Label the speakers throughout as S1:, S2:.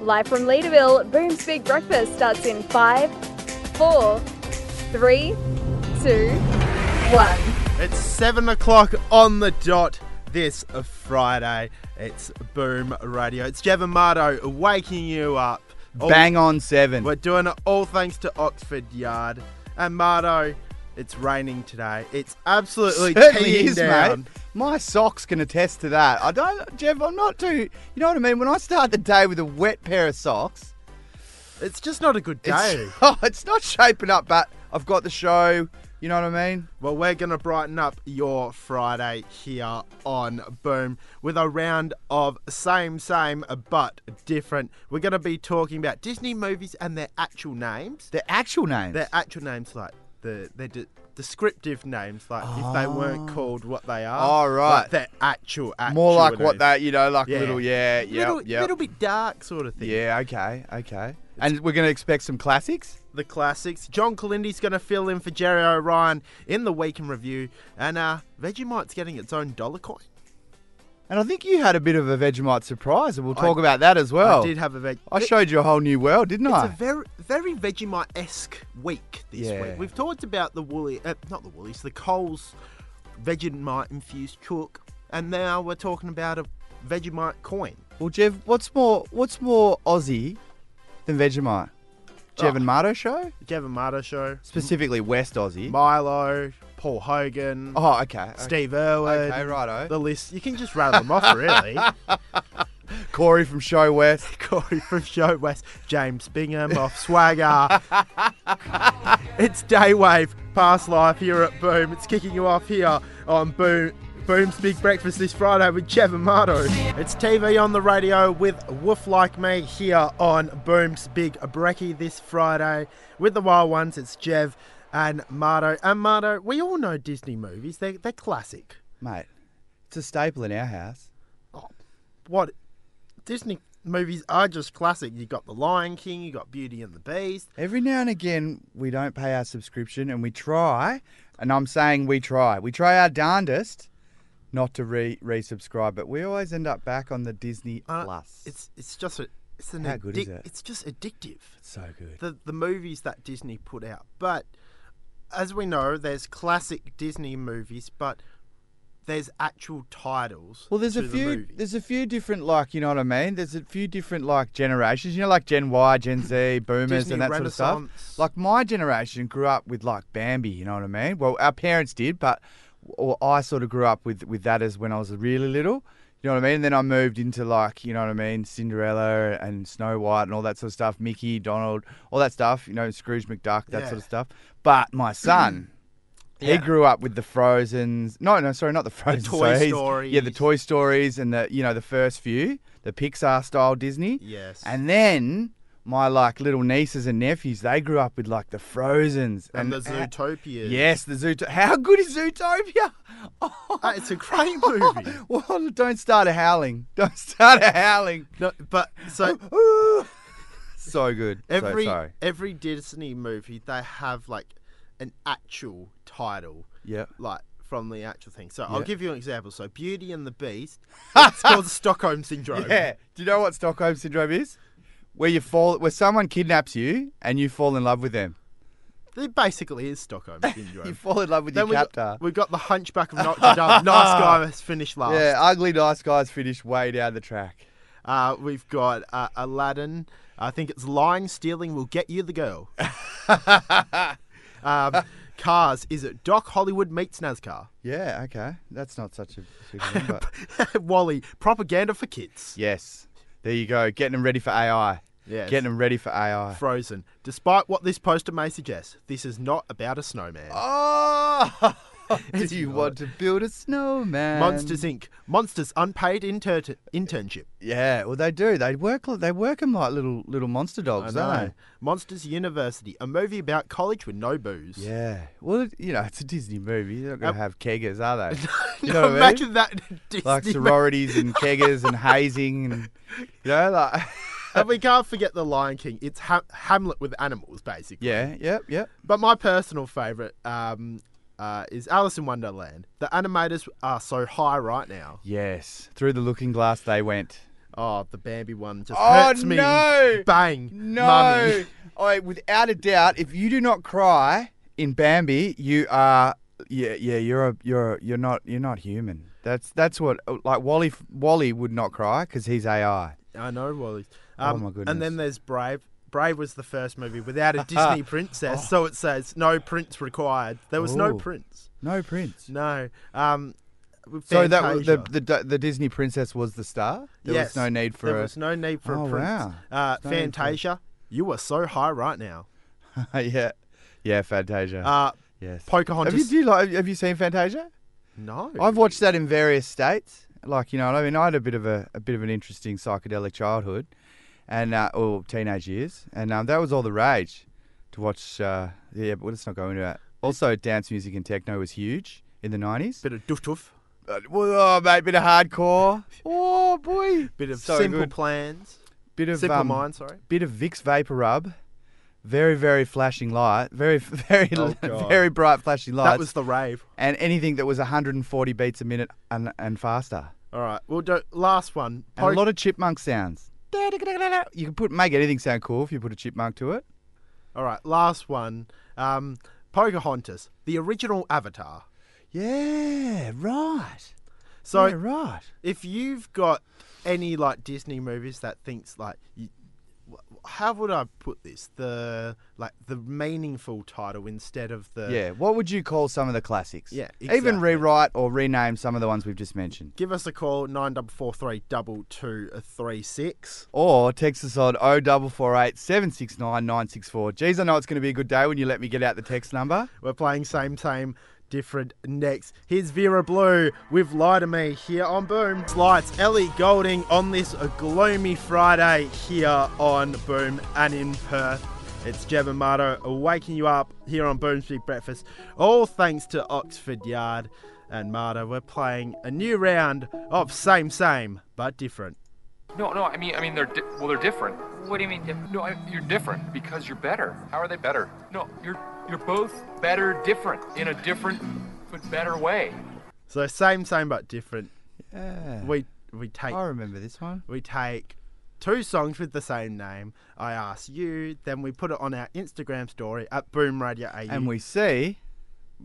S1: Live from Leaderville, Boom's Big Breakfast starts in five, four, three, two, one.
S2: It's seven o'clock on the dot this Friday. It's Boom Radio. It's Gavin Mardo waking you up. All-
S3: Bang on seven.
S2: We're doing it all thanks to Oxford Yard. And Mardo, it's raining today. It's absolutely
S3: Certainly
S2: teeing
S3: is,
S2: down.
S3: mate. My socks can attest to that. I don't, Jeff. I'm not too. You know what I mean. When I start the day with a wet pair of socks,
S2: It's just not a good day.
S3: it's, oh, it's not shaping up. But I've got the show. You know what I mean.
S2: Well, we're going to brighten up your Friday here on Boom with a round of same, same, but different. We're going to be talking about Disney movies and their actual names.
S3: The actual name.
S2: Their actual names, like the their de- descriptive names, like if they weren't called what they are.
S3: Oh, Ah. right.
S2: Like their actual, actual
S3: More like what
S2: names.
S3: that. You know, like
S2: Yeah.
S3: little. Yeah. Yeah.
S2: Little,
S3: Yeah.
S2: little bit dark sort of thing.
S3: Yeah. Okay. Okay. And we're gonna expect some classics.
S2: The classics. John Kalindi's going to fill in for Jerry O'Ryan in the week in review, and uh, Vegemite's getting its own dollar coin.
S3: And I think you had a bit of a Vegemite surprise, and we'll talk about that as well.
S2: I did have a veg.
S3: Oh. I showed you a whole new world, didn't
S2: It's
S3: I?
S2: a very, very Vegemite-esque week this
S3: Yeah.
S2: week. We've talked about the Woolly, uh, not the Woolies, the Coles Vegemite-infused chalk, and now we're talking about a Vegemite coin.
S3: Well, Jev, what's more what's more Aussie than Vegemite?
S2: Oh.
S3: Jev and Marto show,
S2: The Gavin Marta Show,
S3: specifically West Aussie.
S2: Milo, Paul Hogan,
S3: oh, okay. okay.
S2: Steve Irwin.
S3: Okay, righto.
S2: The list, you can just rattle them off, really.
S3: Corey from Show West.
S2: Corey from Show West, James Bingham off Swagger. it's Daywave, Past Life here at Boom. It's kicking you off here on Boom. Boom's Big Breakfast this Friday with Jeff Amato. It's TV on the radio with Woof Like Me here on Boom's Big Brekkie this Friday. With the Wild Ones, it's Jev and Marto. And Marto, we all know Disney movies, they're, they're classic.
S3: Mate, it's a staple in our house.
S2: what Disney movies are just classic. You got The Lion King, you got Beauty and the Beast.
S3: Every now and again, we don't pay our subscription and we try, and I'm saying we try. We try our darndest not to re resubscribe, but we always end up back on the Disney
S2: Uh,
S3: Plus.
S2: It's it's just a, it's an
S3: How good is
S2: addic-
S3: it?
S2: It's just addictive.
S3: so good.
S2: The the movies that Disney put out, but as we know, there's classic Disney movies, but there's actual titles.
S3: Well, there's
S2: to
S3: a
S2: the
S3: few.
S2: movies.
S3: there's a few different, like you know what I mean. There's a few different, like generations. You know, like Gen Y, Gen Z, Boomers,
S2: Disney
S3: and that sort of
S2: Renaissance.
S3: stuff. Like my generation grew up with like Bambi. You know what I mean? Well, our parents did, but or I sort of grew up with with that as when I was really little. You know what I mean? And then I moved into like you know what I mean, Cinderella and Snow White and all that sort of stuff. Mickey, Donald, all that stuff. You know, Scrooge McDuck, that
S2: Yeah.
S3: sort of stuff. But my son.
S2: Yeah.
S3: He grew up with the Frozen's. No, no, sorry, not the Frozen.
S2: Toy
S3: sorry, he's- Yeah, the
S2: Stories.
S3: Toy Stories and the you know the first few, the Pixar style Disney.
S2: Yes.
S3: And then my like little nieces and nephews, they grew up with like the Frozen's
S2: and, the
S3: uh,
S2: Zootopia.
S3: Yes, the Zootopia. How good is Zootopia? Oh,
S2: Uh, it's a great movie.
S3: well, don't start a howling. Don't start a howling.
S2: no, but so
S3: Oh, so good.
S2: Every
S3: so, sorry.
S2: every Disney movie they have like an actual title.
S3: Yeah.
S2: Like from the actual thing. So I'll
S3: Yeah.
S2: give you an example. So Beauty and the Beast. It's called Stockholm Syndrome.
S3: Yeah. Do you know what Stockholm syndrome is? Where you fall, where someone kidnaps you and you fall in love with them.
S2: It basically is Stockholm
S3: You
S2: Syndrome.
S3: fall in love with your
S2: we
S3: captor.
S2: got, we got the Hunchback of Notre Dame. Nice guy has finished last.
S3: yeah, ugly nice guys finish way down the track.
S2: Uh, we've got uh, Aladdin. I think it's lying, stealing will get you the girl. um, cars. Is it Doc Hollywood meets NASCAR?
S3: Yeah, okay. That's not such a super thing, but
S2: Wally. Propaganda for kids.
S3: yes. There you go. Getting them ready for AI.
S2: Yes.
S3: Getting them ready for AI.
S2: Frozen. Despite what this poster may suggest, this is not about a snowman.
S3: Oh!
S2: It's
S3: Do you
S2: not.
S3: want to build a snowman?
S2: Monsters Inc. Monsters unpaid inter- internship.
S3: Yeah, well they do. They work. They work them like little little monster
S2: I
S3: dogs, don't
S2: know. Monsters University, a movie about college with no booze.
S3: they? Yeah. Well, it- you know, it's a Disney movie. They're not going to have keggers, are they? You know what I mean?
S2: Imagine that. in a Disney
S3: like
S2: movie.
S3: sororities and keggers and hazing and you know like
S2: and we can't forget The Lion King. It's ha- Hamlet with animals, basically.
S3: yeah yep yep
S2: But my personal favourite um, uh, is Alice in Wonderland. The animators are so high right now.
S3: yes through the looking glass they went
S2: Oh, the Bambi one just
S3: Oh,
S2: hurts me.
S3: no!
S2: Bang.
S3: No,
S2: Mummy.
S3: I without a doubt, if you do not cry in Bambi, you are yeah yeah you're a, you're a- you're not you're not human. That's that's what like Wally Wally would not cry because he's AI.
S2: I know, Wally. Um,
S3: Oh, my
S2: And
S3: goodness.
S2: then there's Brave. Brave was the first movie without a Disney
S3: Oh.
S2: princess, so it says no prince required. There was no
S3: Oh.
S2: prince.
S3: No prince.
S2: No. Um,
S3: So that was the,
S2: Fantasia.
S3: the the the Disney princess was the star. There
S2: yes,
S3: was no need for
S2: there
S3: a
S2: was no need for
S3: Oh,
S2: a prince.
S3: wow.
S2: Uh,
S3: no need for-
S2: Fantasia, you are so high right now.
S3: yeah yeah Fantasia.
S2: Uh,
S3: yes. Have
S2: Pocahontas.
S3: you, do you like, have you seen Fantasia?
S2: no.
S3: I've watched that in various states. Like you know, what I mean, I had a bit of a, a bit of an interesting psychedelic childhood, and uh, or teenage years, and um, that was all the rage to watch. Uh, yeah, but let's not go into that. Also, dance music and techno was huge in the nineties.
S2: Bit of doof doof.
S3: Oh, mate, bit of hardcore. Oh boy,
S2: Bit of
S3: So
S2: simple
S3: good.
S2: plans.
S3: bit of
S2: simple
S3: um,
S2: mind, sorry.
S3: bit of Vicks vapor rub. Very, very flashing light. Very, very,
S2: Oh, God.
S3: very bright flashing lights.
S2: That was the rave.
S3: and anything that was 140 beats a minute and, and faster.
S2: All right. We'll do last one.
S3: And
S2: Po-
S3: a lot of chipmunk sounds. You can put make anything sound cool if you put a chipmunk to it.
S2: All right. Last one. Um, Pocahontas, the original Avatar.
S3: Yeah, right.
S2: So
S3: right.
S2: if you've got any like Disney movies that thinks like, you, wh- how would I put this? The like the meaningful title instead of the
S3: Yeah. What would you call some of the classics?
S2: Yeah,
S3: Even
S2: exactly.
S3: rewrite or rename some of the ones we've just mentioned.
S2: Give us a call nine double four three double two three six.
S3: Or text us on 0448 769 964. Geez, I know it's going to be a good day when you let me get out the text number.
S2: We're playing same same different next. Here's Vera Blue with Lie to Me here on Boom. Lights Ellie Golding on this gloomy Friday here on Boom and in Perth. It's Jeb and Marto waking you up here on Boom's Big Breakfast. All thanks to Oxford Yard and Marto. We're playing a new round of same same but different.
S4: No, no. I mean, I mean, they're di- well, they're different.
S5: What do you mean different?
S4: No, I, you're different because you're better. How are they better? No, you're you're both better, different in a different but better way.
S2: So same same but different.
S3: Yeah.
S2: We we take
S3: I remember this one.
S2: we take two songs with the same name. I ask you, then we put it on our Instagram story at Boom Radio AU.
S3: And we see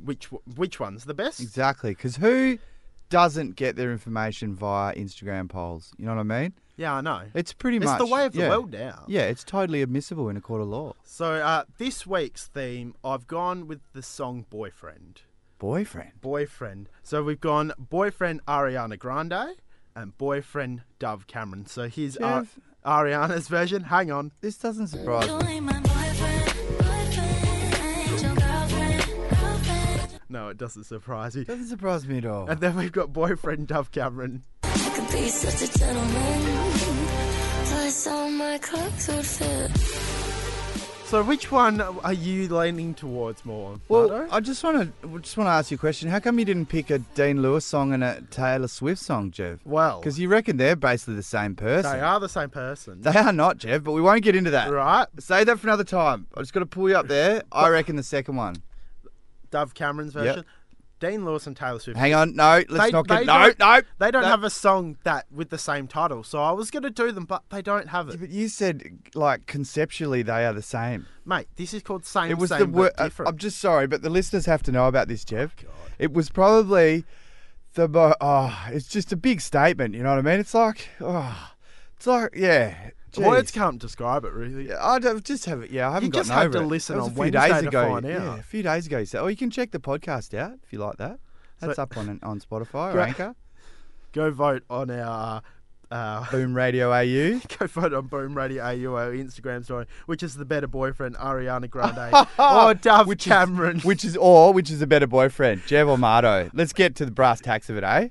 S2: which w- which one's the best?
S3: exactly because who doesn't get their information via Instagram polls? You know what I mean?
S2: Yeah, I know.
S3: It's pretty
S2: It's
S3: much
S2: the way of the
S3: yeah.
S2: world now.
S3: Yeah, it's totally admissible in a court of law.
S2: So uh, this week's theme, I've gone with the song "Boyfriend."
S3: Boyfriend.
S2: Boyfriend. So we've gone boyfriend Ariana Grande and boyfriend Dove Cameron. So here's Ar-
S3: Jeff.
S2: Ariana's version. Hang on.
S3: This doesn't surprise
S5: You
S3: me.
S5: ain't my boyfriend, boyfriend. I ain't your girlfriend, girlfriend.
S2: No, it doesn't surprise you.
S3: Doesn't surprise me at all.
S2: And then we've got boyfriend Dove Cameron.
S5: I could be such a gentleman. Plus, all my clothes would fit.
S2: So which one are you leaning towards more?
S3: Well,
S2: Nardo?
S3: I just want to just want to ask you a question. How come you didn't pick a Dean Lewis song and a Taylor Swift song, Jeff?
S2: well,
S3: Because you reckon they're basically the same person.
S2: they are the same person,
S3: They are not, Jeff. But we won't get into that.
S2: right?
S3: Save that for another time. I just got to pull you up there. I reckon the second one.
S2: Dove Cameron's version. Dean Lewis and Taylor Swift.
S3: Hang on, no, let's
S2: They-
S3: not get
S2: they
S3: no,
S2: don't-
S3: no.
S2: They don't
S3: no.
S2: have a song that with the same title, so I was gonna do them, but they don't have it,
S3: But you said like conceptually they are the same.
S2: mate. This is called same.
S3: It was
S2: same,
S3: the
S2: but
S3: wor- I-
S2: different.
S3: I'm just sorry, but the listeners have to know about this, Jeff.
S2: Oh,
S3: It was probably the mo- oh, it's just a big statement. You know what I mean? It's like oh, it's like yeah.
S2: Words
S3: jeez.
S2: can't describe it really.
S3: Yeah, I don't, just have it. Yeah, I haven't
S2: You just
S3: gotten
S2: had
S3: over
S2: to
S3: it.
S2: listen
S3: That was
S2: on
S3: a few days
S2: Wednesday to
S3: ago.
S2: find
S3: yeah,
S2: out.
S3: a few days ago. So, or you can check the podcast out if you like that. That's up on on Spotify or
S2: Right.
S3: Anchor.
S2: Go vote on our. Uh,
S3: Boom Radio AU.
S2: go vote on Boom Radio AU our Instagram story, which is the better boyfriend, Ariana Grande or Dove
S3: Which is-
S2: Cameron.
S3: Which is or which is a better boyfriend, Jev or Mardo? Let's get to the brass tacks of it, eh?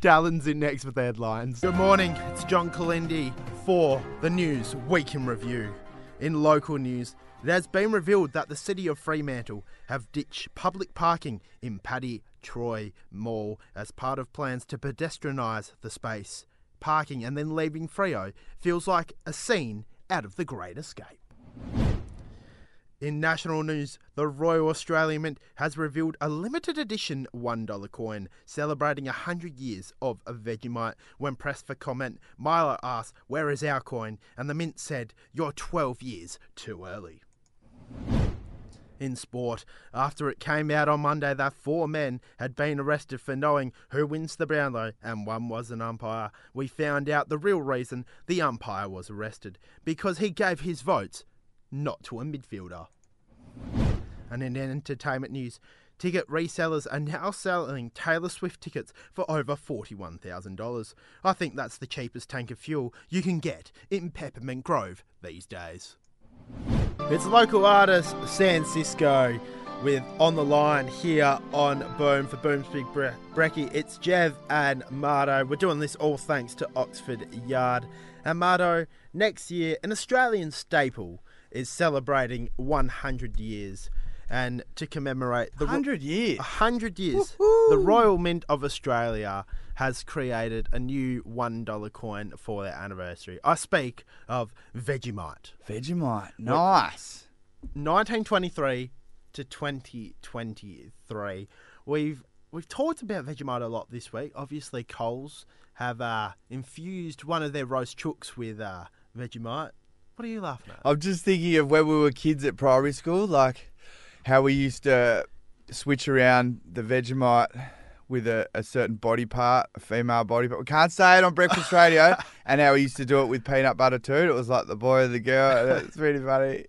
S2: Dallin's in next with the headlines. Good morning, it's John Kalindi for the news week in review. In local news, it has been revealed that the city of Fremantle have ditched public parking in Paddy Troy Mall as part of plans to pedestrianise the space. Parking and then leaving Freo feels like a scene out of The Great Escape. In national news, the Royal Australian Mint has revealed a limited edition $1 coin celebrating 100 years of Vegemite. When pressed for comment, Milo asked, Where is our coin? And the Mint said, You're 12 years too early. In sport, after it came out on Monday that four men had been arrested for knowing who wins the Brownlow and one was an umpire, we found out the real reason the umpire was arrested because he gave his votes not to a midfielder. And in entertainment news, ticket resellers are now selling Taylor Swift tickets for over $41,000. I think that's the cheapest tank of fuel you can get in Peppermint Grove these days. It's local artist San Cisco with On the Line here on Boom for Boom's Big Bre- Brekkie. It's Jev and Mardo. We're doing this all thanks to Oxford Yard. And Mardo, next year, an Australian staple is celebrating 100 years. And to commemorate the
S3: 100 years.
S2: 100 years, the Royal Mint of Australia has created a new $1 coin for their anniversary. I speak of Vegemite.
S3: Vegemite. Nice.
S2: 1923 to 2023. We've we've talked about Vegemite a lot this week. Obviously, Coles have uh, infused one of their roast chooks with uh, Vegemite. What are you laughing at?
S3: I'm just thinking of when we were kids at primary school, like how we used to switch around the Vegemite with a, a certain body part, a female body part. We can't say it on breakfast radio. and how we used to do it with peanut butter too. It was like the boy or the girl. It's really funny.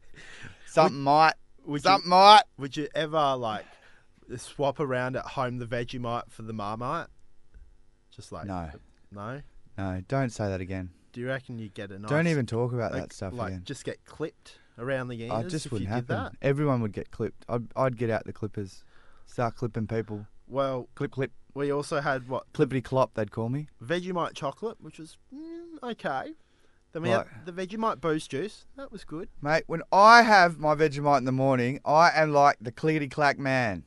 S3: Something might.
S2: would you-
S3: something might.
S2: Would you ever like swap around at home the Vegemite for the Marmite? Just like
S3: No.
S2: no.
S3: No, don't say that again.
S2: Do you reckon you get a nice?
S3: Don't even talk about
S2: like,
S3: that stuff
S2: Like
S3: again.
S2: just get clipped around the ears.
S3: I just
S2: if
S3: wouldn't
S2: you
S3: happen.
S2: did that.
S3: Everyone would get clipped. I'd, I'd get out the clippers, start clipping people.
S2: Well,
S3: Clip, clip,
S2: we also had what
S3: clippity clop. They'd call me.
S2: Vegemite chocolate, which was mm, okay. Then we
S3: Right.
S2: had the Vegemite booze juice. That was good.
S3: Mate, when I have my Vegemite in the morning, I am like the clickety clack man.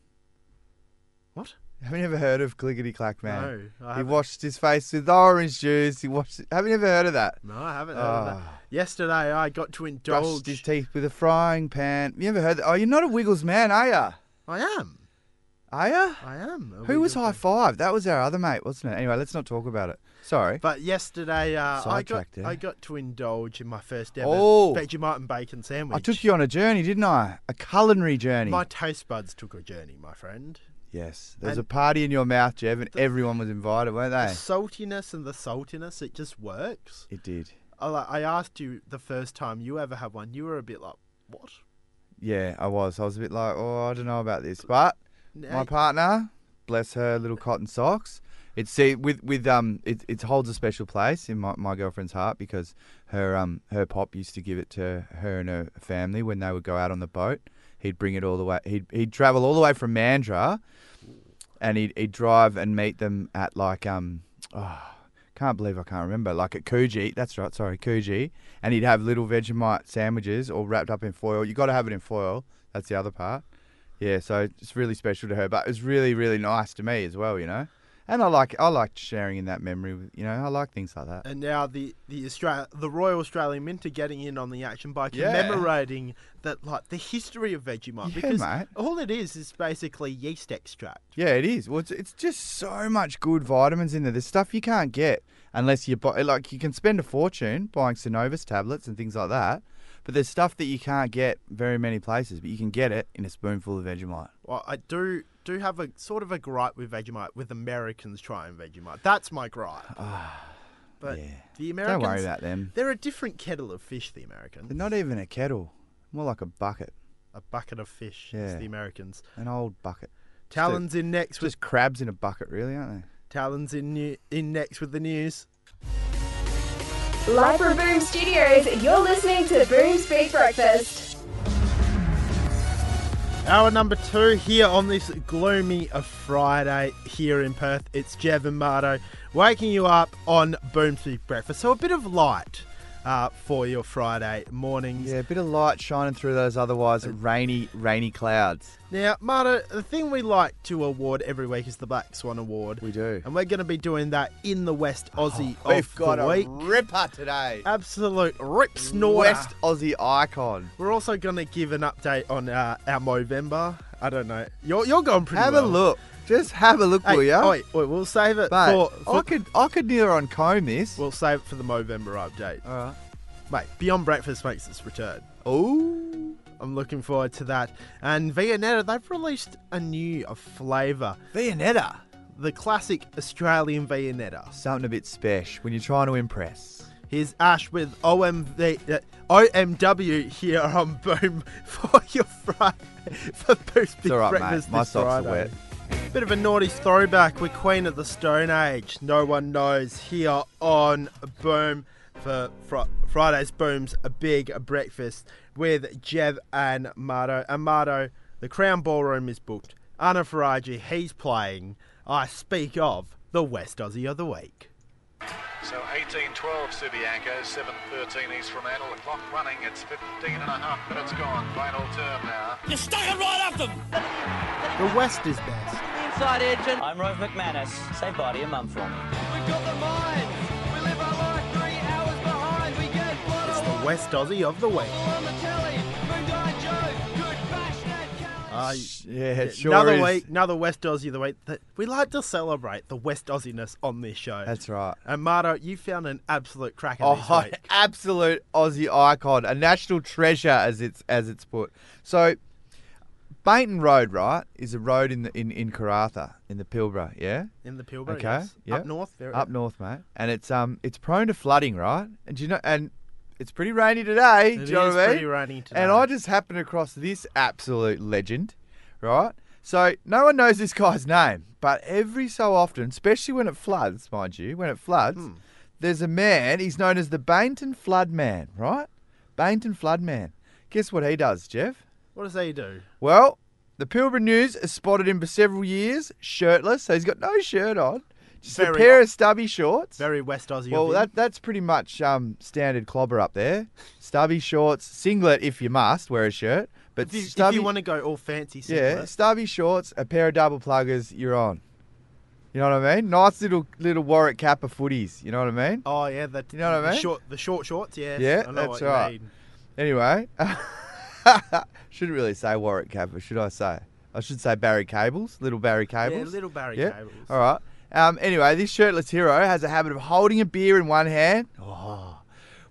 S2: What?
S3: Have you ever heard of clickety clack man?
S2: No, I
S3: he
S2: haven't.
S3: washed his face with orange juice. He washed. Have you ever heard of that?
S2: No, I haven't heard of
S3: Ah.
S2: that. Yesterday, I got to
S3: Brushed his
S2: indulge.
S3: teeth with a frying pan. You ever heard that? Oh, you're not a Wiggles man, are ya?
S2: I am.
S3: Are ya?
S2: I am. a
S3: Who
S2: Wiggles
S3: was high
S2: fan.
S3: five? That was our other mate, wasn't it? Anyway, let's not talk about it. Sorry.
S2: But yesterday, uh, I got
S3: Sidetracked, eh?
S2: I got to indulge in my first ever
S3: Oh.
S2: Vegemite and bacon sandwich.
S3: I took you on a journey, didn't I? A culinary journey.
S2: My taste buds took a journey, my friend.
S3: Yes. There was a
S2: And-
S3: party in your mouth, Jev, and everyone was invited, weren't
S2: The
S3: they?
S2: saltiness and the saltiness, it just works.
S3: It did.
S2: I, like, I asked you the first time you ever had one. You were a bit like, what?
S3: Yeah, I was. I was a bit like, oh, I don't know about this, but
S2: Now-
S3: my partner, bless her little cotton socks. It see with with um it, it holds a special place in my, my girlfriend's heart because her um her pop used to give it to her and her family when they would go out on the boat. He'd bring it all the way. He'd he'd travel all the way from Mandra, and he'd he'd drive and meet them at like um oh, can't believe I can't remember like at Coogee. That's right, sorry Coogee. And he'd have little Vegemite sandwiches all wrapped up in foil. You got to have it in foil. That's the other part. Yeah, so it's really special to her, but it's really, really nice to me as well, you know. And I like, I like sharing in that memory. With, you know, I like things like that.
S2: And now the the Austra- the Royal Australian Mint are getting in on the action by
S3: Yeah.
S2: commemorating that like the history of Vegemite
S3: Yeah,
S2: because
S3: mate.
S2: all it is is basically yeast extract.
S3: Yeah, it is. Well, it's, it's just so much good vitamins in there. There's stuff you can't get unless you buy. Like you can spend a fortune buying Synovus tablets and things like that, but there's stuff that you can't get very many places. But you can get it in a spoonful of Vegemite.
S2: Well, I do do have a sort of a gripe with Vegemite with Americans trying Vegemite. That's my gripe. but
S3: Ah, yeah.
S2: the
S3: worry
S2: Americans
S3: about them.
S2: They're a different kettle of fish. The
S3: They're
S2: Americans,
S3: not even a kettle, more like a bucket,
S2: a bucket of fish. is
S3: Yeah.
S2: the Americans.
S3: an old bucket.
S2: Talons in next
S3: It's
S2: with
S3: just crabs in a bucket, really, aren't they?
S2: Talons in new, in next with the news.
S1: Live from Boom Studios, you're listening to Boom's Big Breakfast.
S2: Hour number two here on this gloomy uh, Friday here in Perth. It's Jev and Mardo waking you up on Boomsby Breakfast. So a bit of light uh, for your Friday mornings.
S3: Yeah, a bit of light shining through those otherwise rainy, rainy clouds.
S2: Now, Marta, the thing we like to award every week is the Black Swan Award.
S3: We do. Oh,
S2: And we're going to be doing that in the West Aussie of
S3: We've got
S2: the
S3: a
S2: week.
S3: ripper today.
S2: Absolute rip snorter.
S3: West Aussie icon.
S2: We're also going to give an update on uh, our Movember. I don't know. You're, you're going pretty
S3: Have
S2: well.
S3: a look. Just have a look,
S2: Hey,
S3: will ya?
S2: Oi, oi, we'll save it
S3: Mate,
S2: for,
S3: I
S2: for-
S3: could, I could near on comb this.
S2: We'll save it for the Movember update.
S3: All right.
S2: Mate, Beyond Breakfast makes its return.
S3: Ooh,
S2: I'm looking forward to that. And Viennetta, they've released a new flavour.
S3: Viennetta.
S2: The classic Australian Viennetta.
S3: Something a bit special when you're trying to impress.
S2: Here's Ash with OMV, uh, OMW here on Boom for your Friday. For Boom's Big
S3: It's all right,
S2: Breakfast
S3: mate. My
S2: this
S3: socks are
S2: Friday.
S3: wet.
S2: Bit of a naughty throwback. We're Queen of the Stone Age. No one knows here on Boom for fr- Friday's Boom's a big breakfast with Jev and Marto. And Marto, the Crown Ballroom is booked. Anna Faraji, he's playing. I speak of the West Aussie of the Week.
S6: So 18-12 Subiaco, 7-13 East from Adel. The clock running, it's 15 and a half minutes gone. Final turn now.
S2: The West is best.
S7: Inside Edge and I'm Rove McManus. Say bye to your mum for me. We've got the mind. We live our life three hours behind. We get
S2: It's the West Aussie of the Week.
S7: on the telly. Moondyne Joe. Good bash that
S2: Uh,
S3: Yeah, it sure
S2: another
S3: is.
S2: week, another West Aussie of the week. That we like to celebrate the West Aussiness on this show.
S3: That's right.
S2: And Marto, you found an absolute cracker this
S3: Oh,
S2: week.
S3: absolute Aussie icon, a national treasure, as it's as it's put. So, Baynton Road, right, is a road in the, in in Karatha, in the Pilbara, yeah,
S2: In the Pilbara,
S3: Okay,
S2: yes.
S3: yeah.
S2: Up north. There
S3: up north, mate, and it's um it's prone to flooding, right? And do you know, and it's pretty rainy today.
S2: It
S3: do you know
S2: is
S3: what I mean?
S2: pretty rainy today.
S3: And I just happened across this absolute legend, right? So no one knows this guy's name, but every so often, especially when it floods, mind you, when it floods,
S2: Hmm.
S3: there's a man. He's known as the Bainton Flood Man, right? Bainton Flood Man. Guess what he does, Jeff?
S2: What does he do?
S3: Well, the Pilbara News has spotted him for several years, shirtless, so he's got no shirt on, just a
S2: Very
S3: pair
S2: odd.
S3: of stubby shorts.
S2: Very West Aussie.
S3: Well,
S2: of him.
S3: that that's pretty much um, standard clobber up there. Stubby shorts, singlet if you must wear a shirt, but
S2: If you, if you
S3: stubby,
S2: want to go all fancy,
S3: yeah,
S2: singlet,
S3: stubby shorts, a pair of double pluggers, you're on. You know what I mean? Nice little little Warwick Kappa footies. You know what I mean?
S2: Oh yeah, that
S3: You know what I
S2: the
S3: mean?
S2: Short, the short shorts, yeah.
S3: Yeah,
S2: I know
S3: that's
S2: what you
S3: right.
S2: mean.
S3: Anyway, shouldn't really say Warwick Kappa, should I say? I should say Barry Cables, little Barry Cables.
S2: little Barry Cables.
S3: All right. Um, anyway, this shirtless hero has a habit of holding a beer in one hand. Oh,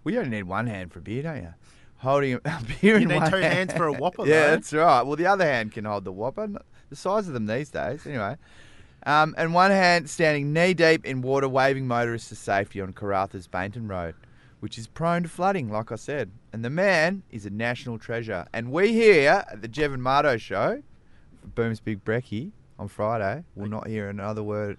S3: well, you only need one hand for a beer, don't you? Holding a a beer in
S2: need
S3: one
S2: two
S3: hand.
S2: hands for a Whopper,
S3: yeah,
S2: though.
S3: that's right. Well, the other hand can hold the Whopper. N- The size of them these days, anyway. Um, and one hand standing knee deep in water, waving motorists to safety on Karatha's Bainton Road, which is prone to flooding, like I said. And the man is a national treasure. And we here at the Jevon Mardo show, for Boom's Big Brekkie, on Friday, will not hear another word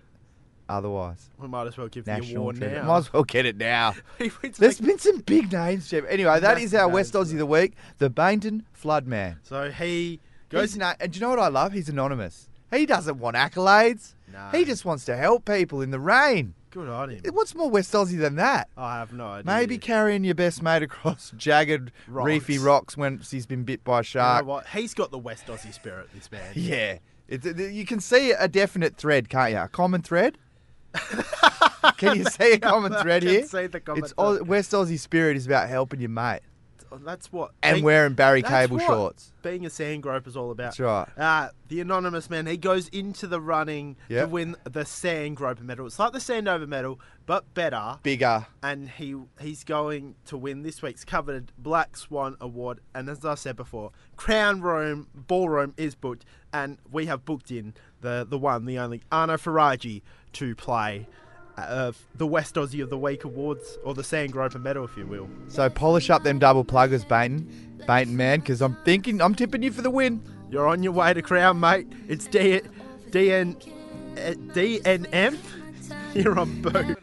S3: otherwise.
S2: We might as well give the
S3: National
S2: award
S3: treasure.
S2: now.
S3: Might as well get it now.
S2: It's
S3: There's
S2: like-
S3: been some big names, Jeff. Anyway, that is our
S2: Massive
S3: West
S2: names,
S3: Aussie of the week, the Bainton Flood Man.
S2: so he
S3: He's
S2: goes.
S3: na- and do you know what I love? He's anonymous. He doesn't want accolades.
S2: No.
S3: He just wants to help people in the rain.
S2: Good on him.
S3: What's more West Aussie than that?
S2: I have no idea.
S3: Maybe carrying your best mate across jagged,
S2: Rocks.
S3: reefy rocks once he's been bit by a
S2: You know
S3: shark.
S2: what? He's got the West Aussie spirit, this man.
S3: Uh, yeah. It's, it, you can see a definite thread, can't you? A common thread? can you see a common
S2: I
S3: thread
S2: can
S3: here?
S2: see the common
S3: it's Au-
S2: thread.
S3: West Aussie spirit is about helping your mate.
S2: That's what.
S3: And
S2: being-
S3: wearing Barry
S2: that's
S3: Cable
S2: what
S3: shorts.
S2: Being a sand groper is all about.
S3: That's right.
S2: Uh, the anonymous man, he goes into the running
S3: Yep.
S2: to win the sand groper medal. It's like the sandover medal, but better.
S3: Bigger.
S2: and he he's going to win this week's coveted Black Swan Award. And as I said before, Crown Room Ballroom is booked, and we have booked in the the one, the only Arno Faraji to play uh, the West Aussie of the Week awards, or the Sand Groper Medal, if you will.
S3: So polish up them double pluggers, Bainton. Bainton, man, because I'm thinking, I'm tipping you for the win.
S2: You're on your way to Crown, mate. It's D DN uh, DNM. You're on boot.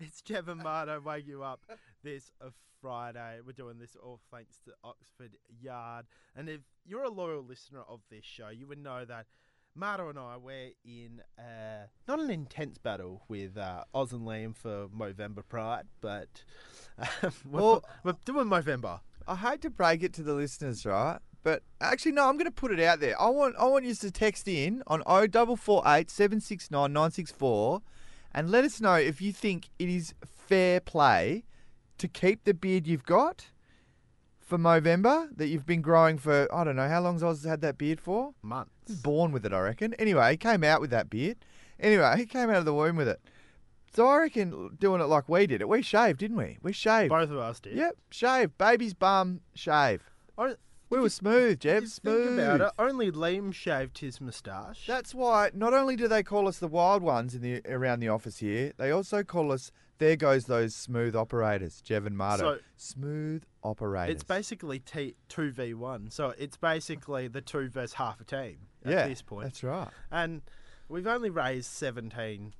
S2: It's Jeff and Marto wake you up this uh, Friday. We're doing this all thanks to Oxford Yard. And if you're a loyal listener of this show, you would know that Marta and I were in uh, not an intense battle with uh, Oz and Liam for Movember Pride, but um, we're,
S3: Well-
S2: we're doing Movember.
S3: I hate to break it to the listeners, right? But actually, no, I'm going to put it out there. I want I want you to text in on 0448 769 964 and let us know if you think it is fair play to keep the beard you've got for Movember that you've been growing for, I don't know, how long's Oz had that beard for?
S2: Months.
S3: born with it, I reckon. Anyway, he came out with that beard. Anyway, he came out of the womb with it. So I reckon doing it like we did it. We shaved, didn't we? We shaved.
S2: Both of us did.
S3: Yep, shave. Baby's bum, shave.
S2: I-
S3: We were smooth, Jeb. Smooth.
S2: Think about it. Only Liam shaved his moustache.
S3: That's why not only do they call us the wild ones in the around the office here, they also call us there goes those smooth operators, Jev and Marto.
S2: So-
S3: smooth operators.
S2: It's basically t- 2v1. So it's basically the two versus half a team at
S3: yeah,
S2: this point.
S3: That's right.
S2: And we've only raised $17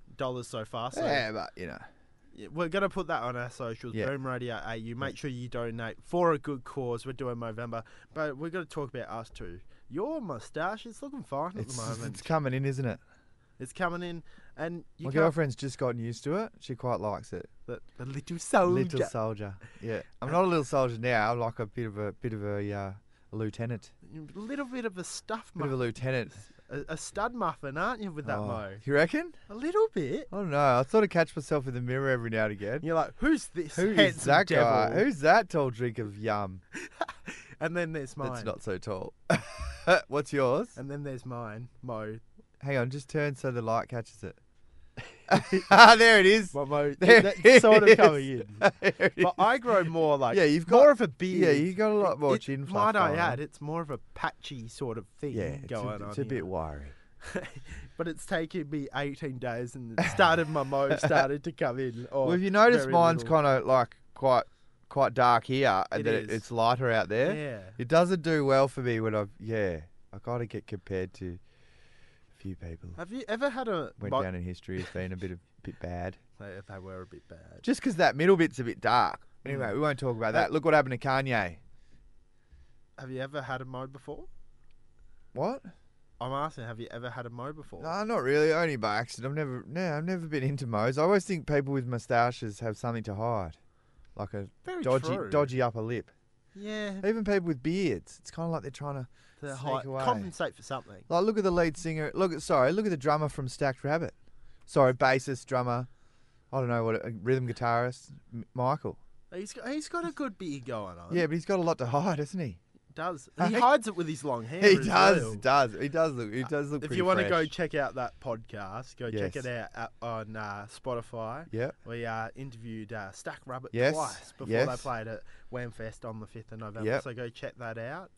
S2: so far. So
S3: yeah, but you know.
S2: we're going to put that on our socials.
S3: Yeah.
S2: Boom Radio AU. Make sure you donate for a good cause. We're doing Movember. But we're going to talk about us too. Your moustache is looking fine at the
S3: It's,
S2: moment.
S3: it's coming in, isn't it?
S2: It's coming in. And you
S3: My
S2: can't-
S3: girlfriend's just gotten used to it. She quite likes it.
S2: The, the little soldier.
S3: Little soldier. Yeah, I'm not a little soldier now. I'm like a bit of a bit of a uh, lieutenant.
S2: A little bit of a stuff
S3: Bit of a
S2: muffin.
S3: lieutenant.
S2: A, a stud muffin, aren't you, with that
S3: Oh,
S2: mo?
S3: You reckon?
S2: A little bit.
S3: I don't know. I sort of catch myself in the mirror every now and again.
S2: And you're like, who's this
S3: Who
S2: handsome
S3: is that
S2: devil?
S3: guy? Who's that tall drink of yum
S2: And then there's mine.
S3: that's not so tall? What's yours?
S2: And then there's mine, Mo.
S3: Hang on, just turn so the light catches it. Ah, there it is.
S2: Well, Mo,
S3: There
S2: that's
S3: it
S2: sort of
S3: is.
S2: coming in.
S3: There it
S2: But
S3: is.
S2: I grow more like
S3: Yeah, you've
S2: more
S3: got-
S2: of a beard.
S3: yeah, you got a lot more
S2: It-
S3: chin fluff
S2: Might I
S3: going on.
S2: add, it's more of a patchy sort of thing
S3: yeah, it's a,
S2: going on.
S3: it's a
S2: here.
S3: bit wiry.
S2: but it's taken me 18 days, and the start of my mo started to come in. Or
S3: Well, if you notice,
S2: very
S3: mine's
S2: little.
S3: kind of like quite quite dark here, and
S2: It
S3: then it,
S2: is.
S3: it's lighter out there.
S2: Yeah.
S3: It doesn't do well for me when I've yeah. I gotta get compared to a few people.
S2: Have you ever had a
S3: Went
S2: mo-
S3: down in history as being a bit of bit bad,
S2: They, they were a bit bad.
S3: just because that middle bit's a bit dark. Anyway,
S2: Mm.
S3: we won't talk about that. Look what happened to Kanye.
S2: Have you ever had a mo before?
S3: What?
S2: I'm asking, have you ever had a mo before?
S3: No, not really. Only by accident. I've never, no, I've never been into mows. I always think people with moustaches have something to hide, like a
S2: Very
S3: dodgy,
S2: true.
S3: dodgy upper lip.
S2: Yeah,
S3: Even people with beards, it's kind of like they're trying to
S2: to
S3: sneak
S2: hide,
S3: away.
S2: compensate for something.
S3: Like, look at the lead singer. Look at sorry, look at the drummer from Stacked Rabbit. Sorry, bassist, drummer. I don't know what a rhythm guitarist, M- Michael.
S2: He's got, he's got a good beard going on.
S3: Yeah, but he's got a lot to hide, hasn't he?
S2: does
S3: Hey.
S2: he hides it with his long hair?
S3: He
S2: as
S3: does,
S2: well.
S3: does. He does look. He does look.
S2: Uh, If
S3: pretty
S2: you want to go
S3: fresh.
S2: check out that podcast, go check
S3: Yes.
S2: it out at, on uh, Spotify.
S3: Yep.
S2: We uh, interviewed uh, Stack Rabbit
S3: Yes,
S2: twice before
S3: yes.
S2: they played at Whamfest on the 5th of November.
S3: Yep.
S2: So go check that out.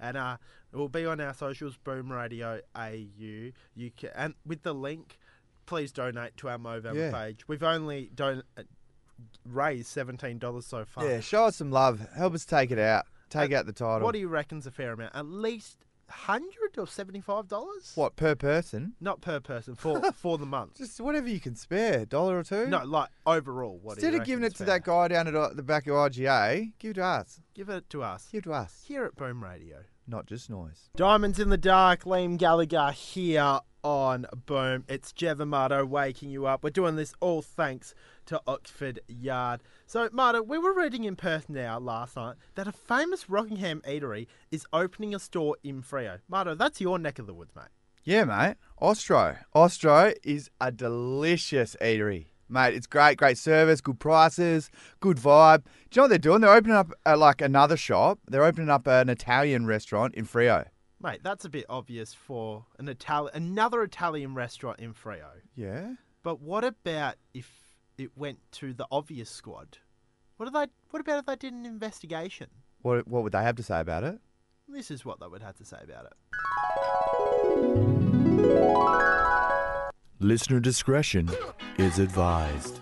S2: And uh, it will be on our socials, Boom Radio AU. You can, and with the link, please donate to our Movember
S3: Yeah.
S2: page. We've only don- uh, raised $17 so far.
S3: yeah, show us some love. Help us take it out. Take out the title.
S2: What do you reckon's a fair amount? At least 100 or $75?
S3: What, per person?
S2: Not per person, for, for the month.
S3: Just whatever you can spare, a dollar or two.
S2: No, like overall. What do
S3: Instead
S2: you
S3: of giving it
S2: reckon's
S3: to
S2: fair?
S3: that guy down at uh, the back of IGA, give it to us.
S2: give it to us
S3: Give it to us.
S2: here at Boom Radio.
S3: Not just noise.
S2: Diamonds in the Dark, Liam Gallagher here on Boom. It's Jev and Marto waking you up. We're doing this all thanks to Oxford Yard. So, Marto, we were reading in Perth now last night that a famous Rockingham eatery is opening a store in Freo. Marto, that's your neck of the woods, mate.
S3: Yeah, mate. Ostro. Ostro is a delicious eatery. Mate, it's great, great service, good prices, good vibe. Do you know what they're doing? They're opening up uh, like another shop. They're opening up an Italian restaurant in Frio.
S2: Mate, that's a bit obvious for an Itali- another Italian restaurant in Freo.
S3: Yeah.
S2: But what about if it went to the obvious squad? What if they? What about if they did an investigation?
S3: What What would they have to say about it?
S2: This is what they would have to say about it.
S8: Listener discretion is advised.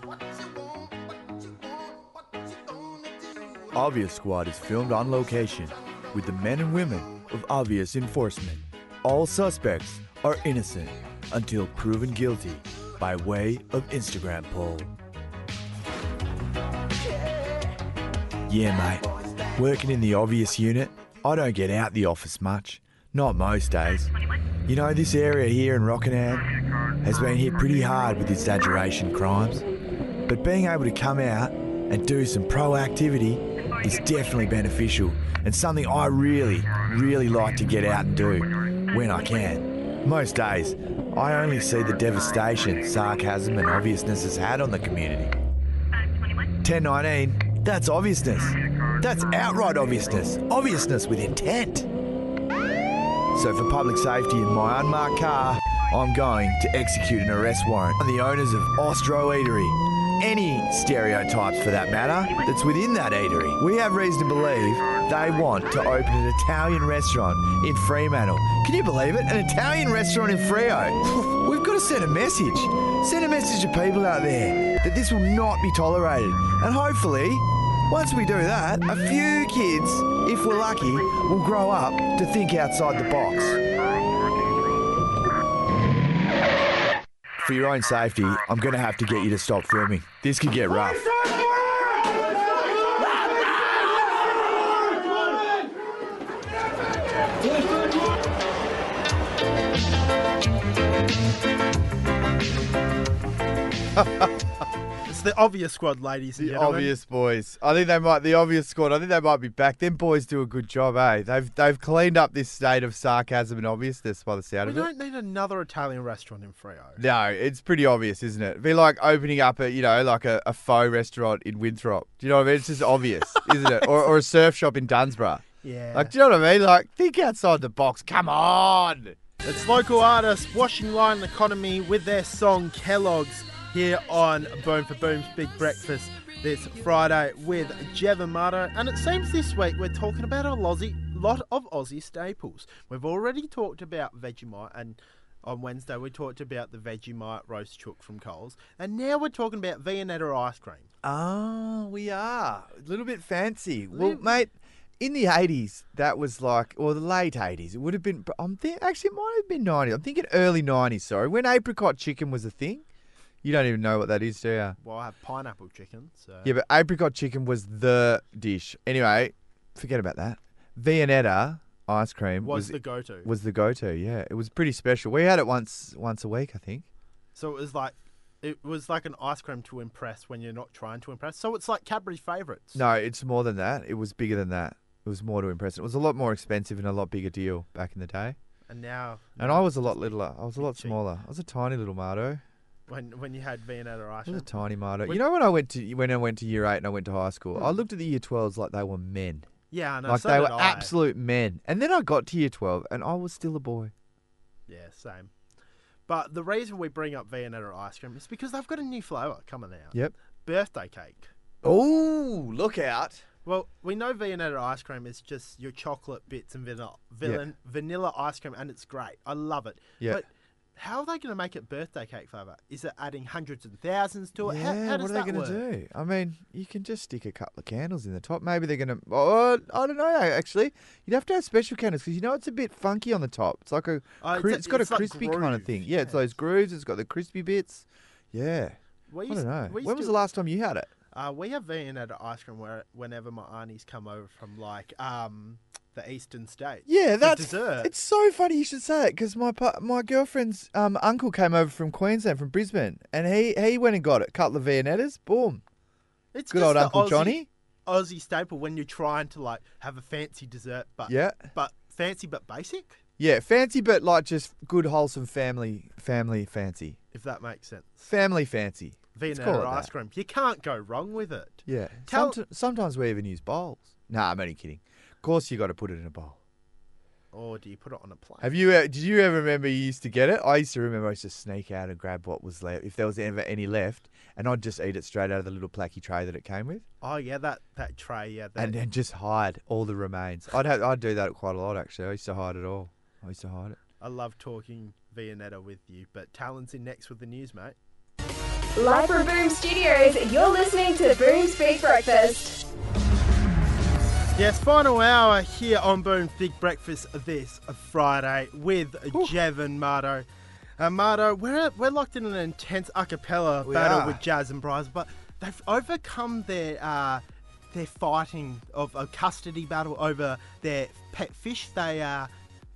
S8: Obvious Squad is filmed on location with the men and women of obvious enforcement. All suspects are innocent until proven guilty by way of Instagram poll. Yeah, mate. Working in the obvious unit, I don't get out the office much. Not most days. You know, this area here in Rockingham has been hit pretty hard with exaggeration crimes, but being able to come out and do some proactivity is definitely beneficial and something I really, really like to get out and do when I can. Most days, I only see the devastation sarcasm and obviousness has had on the community. 1019, that's obviousness. That's outright obviousness. Obviousness with intent. So, for public safety in my unmarked car, I'm going to execute an arrest warrant on the owners of Ostro Eatery. Any stereotypes for that matter that's within that eatery. We have reason to believe they want to open an Italian restaurant in Fremantle. Can you believe it? An Italian restaurant in Freo. We've got to send a message. Send a message to people out there that this will not be tolerated. And hopefully, once we do that, a few kids, if we're lucky, will grow up to think outside the box. For your own safety, I'm going to have to get you to stop filming. This could get rough.
S2: It's the obvious squad, ladies and
S3: The
S2: gentlemen.
S3: obvious boys. I think they might. The obvious squad. I think they might be back. Them boys do a good job, eh? They've they've cleaned up this state of sarcasm and obviousness by the sound
S2: We
S3: of it.
S2: don't need another Italian restaurant in Freo.
S3: No, it's pretty obvious, isn't it? It'd be like opening up a you know like a, a faux restaurant in Winthrop. Do you know what I mean? It's just obvious, isn't it? Or, or a surf shop in Dunsborough.
S2: Yeah.
S3: Like, do you know what I mean? Like, think outside the box. Come on.
S2: It's local artists washing line economy with their song Kellogg's here on Boom for Boom's Big Breakfast this Friday with Jeva Mato. And it seems this week we're talking about a Aussie, lot of Aussie staples. We've already talked about Vegemite and on Wednesday we talked about the Vegemite roast chook from Coles. And now we're talking about Viennetta ice cream.
S3: Oh, we are. A little bit fancy. Well,
S2: Little-
S3: mate, in the 80s, that was like, or the late 80s, it would have been, I'm th- actually, it might have been 90s. I'm thinking early 90s, sorry, when apricot chicken was a thing. You don't even know what that is, do you?
S2: Well, I have pineapple chicken, so
S3: Yeah, but apricot chicken was the dish. Anyway, forget about that. Viennetta ice cream
S2: was,
S3: was,
S2: the go-to.
S3: was the go-to, yeah. It was pretty special. We had it once once a week, I think.
S2: So it was like it was like an ice cream to impress when you're not trying to impress. So it's like Cadbury favourites.
S3: No, it's more than that. It was bigger than that. It was more to impress. It was a lot more expensive and a lot bigger deal back in the day.
S2: And now
S3: And I was a lot littler. I was a lot
S2: cheap.
S3: smaller. I was a tiny little Mardo.
S2: when when you had Viennetta ice
S3: I was
S2: cream,
S3: a tiny Mardo.
S2: Wait.
S3: You know when I went to when I went to year eight and I went to high school, I looked at the year twelves like they were men,
S2: yeah, I know.
S3: like
S2: Mm. so
S3: they
S2: did
S3: were
S2: I.
S3: absolute men. And then I got to year twelve and I was still a boy.
S2: yeah, same. But the reason we bring up Viennetta ice cream is because they've got a new flavour coming out.
S3: Yep.
S2: birthday cake.
S3: Oh, look out!
S2: Well, we know Viennetta ice cream is just your chocolate bits and vanilla, villain, vanilla ice cream, and it's great. I love it.
S3: Yeah.
S2: But how are they going to make it birthday cake flavour? Is it adding hundreds and thousands to it?
S3: yeah,
S2: how, how does
S3: what are they
S2: that
S3: going
S2: work?
S3: to do? I mean, you can just stick a couple of candles in the top. Maybe they're going to. Oh, I don't know. Actually, you'd have to have special candles because you know it's a bit funky on the top. It's like a.
S2: Oh, it's
S3: cri-
S2: a-
S3: it's got
S2: it's
S3: a
S2: like
S3: crispy kind of
S2: grooves,
S3: thing. Yeah, it's
S2: yeah.
S3: those grooves. It's got the crispy bits. Yeah.
S2: We
S3: I
S2: used-
S3: don't know.
S2: we used
S3: When was
S2: to-
S3: the last time you had it?
S2: Uh, we have Viennetta ice cream where, whenever my aunties come over from like um, the eastern states.
S3: Yeah,
S2: for
S3: that's
S2: dessert.
S3: It's so funny you should say that because my pa- my girlfriend's um, uncle came over from Queensland, from Brisbane, and he he went and got a couple of Viennettas. Boom,
S2: It's
S3: good
S2: just
S3: old
S2: the
S3: Uncle
S2: Aussie-
S3: Johnny.
S2: Aussie staple when you're trying to like have a fancy dessert, but
S3: Yeah.
S2: but fancy but basic,
S3: Yeah, fancy but like just good wholesome family family fancy
S2: if that makes sense.
S3: family fancy. Let's call
S2: Viennetta
S3: it
S2: ice
S3: that.
S2: cream, you can't go wrong with it.
S3: Yeah.
S2: Tell-
S3: Somet- sometimes we even use bowls. Nah, I'm only kidding. Of course you got to put it in a bowl.
S2: Or do you put it on a plate?
S3: Have you? Uh, did you ever remember you used to get it? I used to remember I used to sneak out and grab what was left, if there was ever any left, and I'd just eat it straight out of the little placky tray that it came with,
S2: oh yeah, that that tray, yeah. That,
S3: and then just hide all the remains. I'd have, I'd do that quite a lot actually. I used to hide it all. I used to hide it.
S2: I love talking Viennetta with you, but Talon's in next with the news, mate.
S1: Live from Boom Studios, you're listening to Boom's Big Breakfast.
S2: Yes, final hour here on Boom's Big Breakfast this Friday with Jevon Mardo. Uh, Mardo, we're, we're locked in an intense a cappella
S3: We
S2: battle
S3: are.
S2: with Jazz and Bryce, but they've overcome their uh, their fighting of a custody battle over their pet fish. They uh,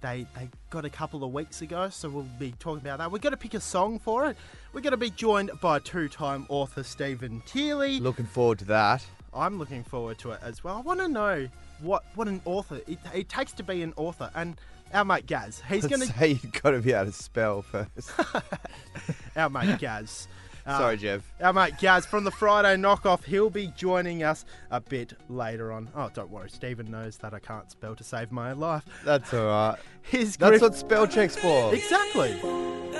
S2: they they got a couple of weeks ago, so we'll be talking about that. We're going to pick a song for it. We're going to be joined by two-time author Stephen Teely.
S3: Looking forward to that.
S2: I'm looking forward to it as well. I want to know what what an author it, it takes to be an author, and our mate Gaz, he's going
S3: Let's
S2: to
S3: say you've got to be able to spell first.
S2: our mate Gaz. uh,
S3: Sorry, Jeff.
S2: Our mate Gaz from the Friday knockoff, he'll be joining us a bit later on. Oh, don't worry, Stephen knows that I can't spell to save my own life.
S3: That's all right.
S2: His
S3: That's
S2: grip-
S3: what spell checks for.
S2: Exactly.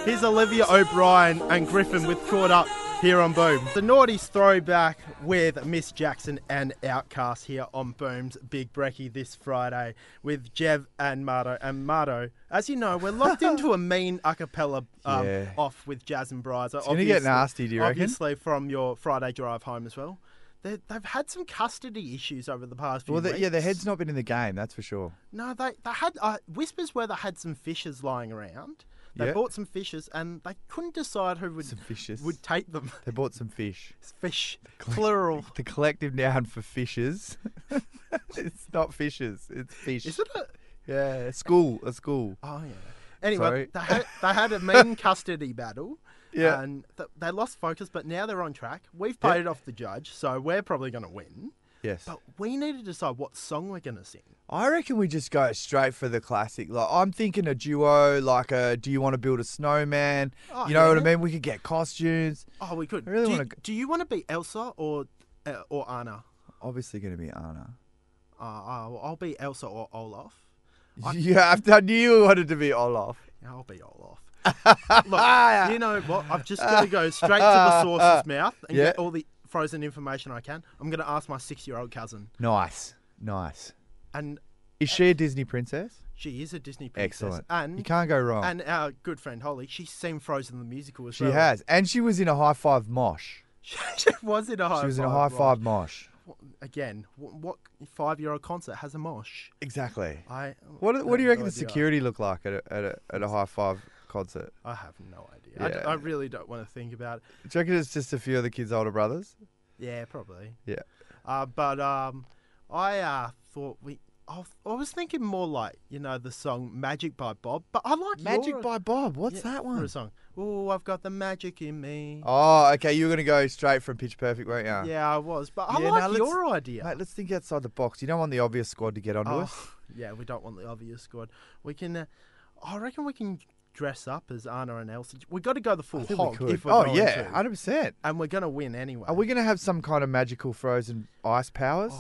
S2: Here's Olivia O'Brien and Griffin with Caught Up here on Boom. The Naughties throwback with Miss Jackson and Outcast here on Boom's Big Brekkie this Friday with Jev and Marto. And Marto, as you know, we're locked into a mean a cappella um,
S3: Yeah.
S2: off with Jazz and Bryza. It's
S3: gonna get nasty, do you reckon?
S2: Obviously from your Friday drive home as well. They- They've had some custody issues over the past few
S3: Well, the, yeah, the
S2: weeks.
S3: head's not been in the game, that's for sure.
S2: No, they they had uh, whispers were they had some fishes lying around. They
S3: Yeah.
S2: bought some fishes and they couldn't decide who would
S3: Some fishes.
S2: would take them.
S3: They bought some fish.
S2: Fish, plural.
S3: The collective noun for fishes. it's not fishes. It's fish.
S2: Is it a?
S3: Yeah, a school. A school.
S2: Oh yeah. Anyway,
S3: Sorry.
S2: they had, they had a mean custody battle.
S3: Yeah.
S2: And th- they lost focus, but now they're on track. We've paid off the judge, so we're probably going to win.
S3: Yes.
S2: But we need to decide what song we're going to sing.
S3: I reckon we just go straight for the classic. Like I'm thinking a duo, like a Do you want to build a snowman?
S2: Oh,
S3: you know what I
S2: yeah.
S3: mean? We could get costumes.
S2: Oh, we could.
S3: I really
S2: do,
S3: wanna g-
S2: do you want to be Elsa or uh, or Anna?
S3: Obviously, going to be Anna.
S2: Uh, I'll, I'll be Elsa or Olaf.
S3: You have to. I knew you wanted to be Olaf.
S2: Yeah, I'll be all off. Look, you know what? I've just got to go straight to the source's mouth and get
S3: Yeah.
S2: all the frozen information I can. I'm going to ask my six-year-old cousin,
S3: Nice, nice.
S2: and
S3: Is she a Disney princess?
S2: she is a Disney princess.
S3: Excellent.
S2: And
S3: you can't go wrong.
S2: and our good friend Holly, she's seen Frozen the musical as
S3: she
S2: well.
S3: has, and she was in a high five mosh.
S2: she was in a high.
S3: She was in a high
S2: five,
S3: five mosh.
S2: What- Again, wh- what five-year-old concert has a mosh?
S3: Exactly.
S2: I.
S3: What What do you
S2: have
S3: reckon
S2: no
S3: the
S2: idea.
S3: security look like at a, at a, at a high five concert?
S2: I have no idea. I d-
S3: Yeah.
S2: I really don't want to think about it.
S3: Do you reckon it's just a few of the kids' older brothers?
S2: Yeah, probably.
S3: Yeah.
S2: Uh, but um, I uh, thought we. I th- I was thinking more like you know the song "Magic" by Bob, but I like your-
S3: Bob.
S2: yeah,
S3: What's
S2: for a song. Oh, I've got the magic in me.
S3: Oh, okay. You were gonna go straight from Pitch Perfect, weren't you?
S2: Yeah, I was, but I
S3: Yeah,
S2: like
S3: no, let's-
S2: your idea.
S3: Mate, let's think outside the box. You don't want the obvious squad to get onto
S2: Oh,
S3: us.
S2: yeah, we don't want the obvious squad. We can. Uh, I reckon we can dress up as Anna and Elsa. We got to go the full
S3: I think we
S2: hog
S3: could.
S2: if we're
S3: oh
S2: going
S3: yeah,
S2: to.
S3: hundred percent.
S2: and we're gonna win anyway.
S3: Are we gonna have some kind of magical frozen ice powers?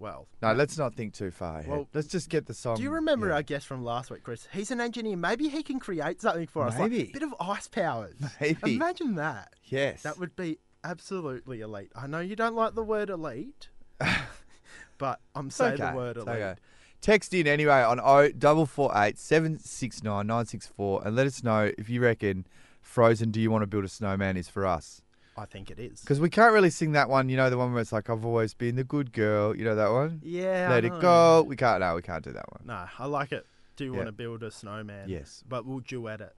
S2: Well,
S3: no, let's not think too far. ahead.
S2: Well,
S3: let's just get the song.
S2: Do you remember
S3: Um, yeah.
S2: our guest from last week, Chris? He's an engineer. Maybe he can create something for us. Like
S3: Maybe.
S2: a bit of ice powers.
S3: Maybe.
S2: Imagine that.
S3: Yes.
S2: That would be absolutely elite. I know you don't like the word elite, but I'm
S3: It's
S2: saying
S3: okay.
S2: the word
S3: It's
S2: elite.
S3: okay. Text in anyway on 0448 769 964 and let us know if you reckon Frozen Do You Want to Build a Snowman is for us.
S2: I think it is.
S3: Because we can't really sing that one, you know, the one where it's like, I've always been the good girl. You know that one?
S2: Yeah. I
S3: Let it
S2: know.
S3: go. We can't, no, we can't do that one.
S2: No, I like it. Do you
S3: Yeah.
S2: want to build a snowman?
S3: Yes.
S2: But we'll duet it.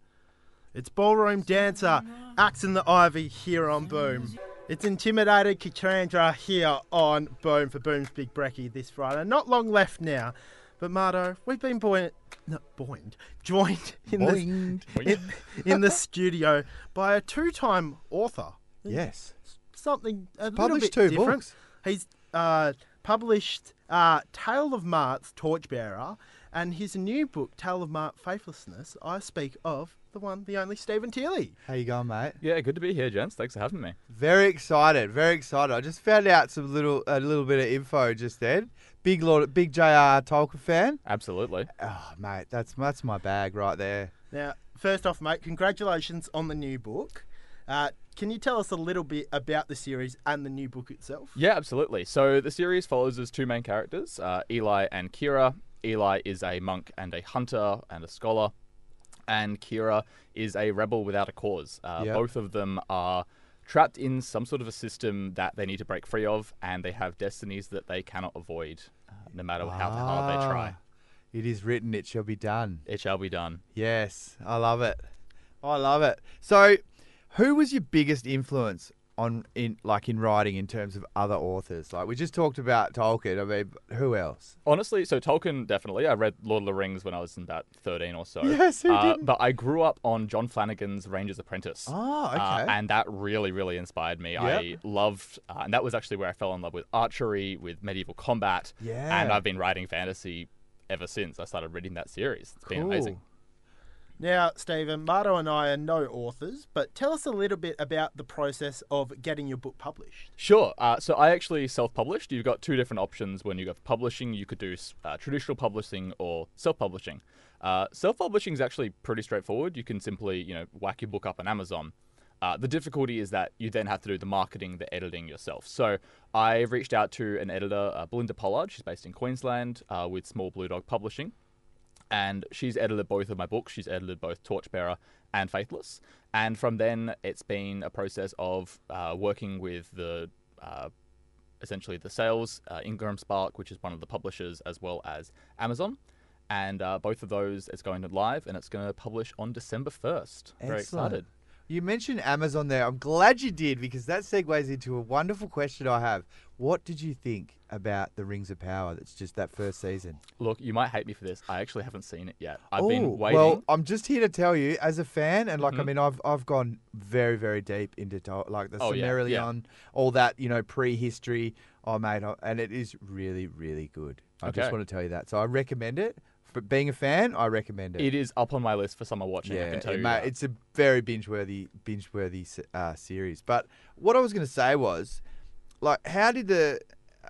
S2: It's Ballroom Dancer, Axe in the Ivy here on Boom. It's Intimidated Katrandra here on Boom for Boom's Big Brekkie this Friday. Not long left now, but Mardo, we've been buoyant, no, buoyant, joined in,
S3: Boinged.
S2: The, in, in the studio by a two-time author.
S3: Yes.
S2: Something a
S3: Published
S2: little
S3: two
S2: bit different.
S3: books.
S2: He's uh, published uh, Tale of Mart's Torchbearer and his new book, Tale of Mart Faithlessness. I speak of the one, the only Stephen Teely.
S3: How you going, mate?
S9: Yeah, good to be here, gents. Thanks for having me.
S3: Very excited, very excited. I just found out some little, a little bit of info just then. Big Lord, big JR Tolkien fan.
S9: Absolutely.
S3: Oh, mate, that's that's my bag right there.
S2: Now, first off, mate, congratulations on the new book. Uh, can you tell us a little bit about the series and the new book itself?
S9: Yeah, absolutely. So the series follows as two main characters, uh, Eli and Kira. Eli is a monk and a hunter and a scholar, and Kira is a rebel without a cause. Uh,
S3: Yep.
S9: Both of them are trapped in some sort of a system that they need to break free of, and they have destinies that they cannot avoid, uh, no matter how hard they try.
S3: Ah, It is written, it shall be done.
S9: It shall be done.
S3: Yes, I love it. I love it. So, who was your biggest influence on in like in writing in terms of other authors. Like we just talked about Tolkien. I mean, who else?
S9: Honestly, so Tolkien definitely. I read Lord of the Rings when I was about thirteen or so.
S3: Yes, who
S9: uh,
S3: didn't?
S9: But I grew up on John Flanagan's Ranger's Apprentice.
S3: Oh,
S9: Uh,
S3: okay.
S9: and that really, really inspired me. I loved, uh, and that was actually where I fell in love with archery, with medieval combat. And
S3: Yeah.
S9: I've been writing fantasy ever since I started reading that series. It's been amazing.
S3: Cool.
S2: Now, Stephen, Marto and I are no authors, but tell us a little bit about the process of getting your book published.
S9: Sure. Uh, so I actually self-published. You've got two different options when you go for publishing. You could do uh, traditional publishing or self-publishing. Uh, self-publishing is actually pretty straightforward. You can simply, you know, whack your book up on Amazon. Uh, the difficulty is that you then have to do the marketing, the editing yourself. So I reached out to an editor, uh, Belinda Pollard. She's based in Queensland uh, with Small Blue Dog Publishing and she's edited both of my books. She's edited both Torchbearer and Faithless. And from then, it's been a process of uh, working with the uh, essentially the sales uh, Ingram Spark, which is one of the publishers, as well as Amazon. And uh, both of those, it's going to live and it's going to publish on December first. Very
S3: Excellent.
S9: excited.
S3: You mentioned Amazon there. I'm glad you did because that segues into a wonderful question I have. What did you think about The Rings of Power? That's just that first season.
S9: Look, you might hate me for this. I actually haven't seen it yet. I've
S3: Ooh,
S9: been waiting. Mm-hmm.
S3: Well, I'm just here to tell you, as a fan, and like I mean, I've I've gone very very deep into to- like the
S9: Oh, yeah,
S3: Silmarillion,
S9: yeah.
S3: all that you know prehistory. Oh mate, I- and it is really really good. I just
S9: Okay.
S3: want to tell you that. So I recommend it. But being a fan, I recommend it.
S9: it is up on my list for summer watching. I
S3: Yeah,
S9: can tell
S3: it
S9: you.
S3: ma-
S9: that.
S3: it's a very binge worthy, binge worthy uh, series. But what I was going to say was, like, how did the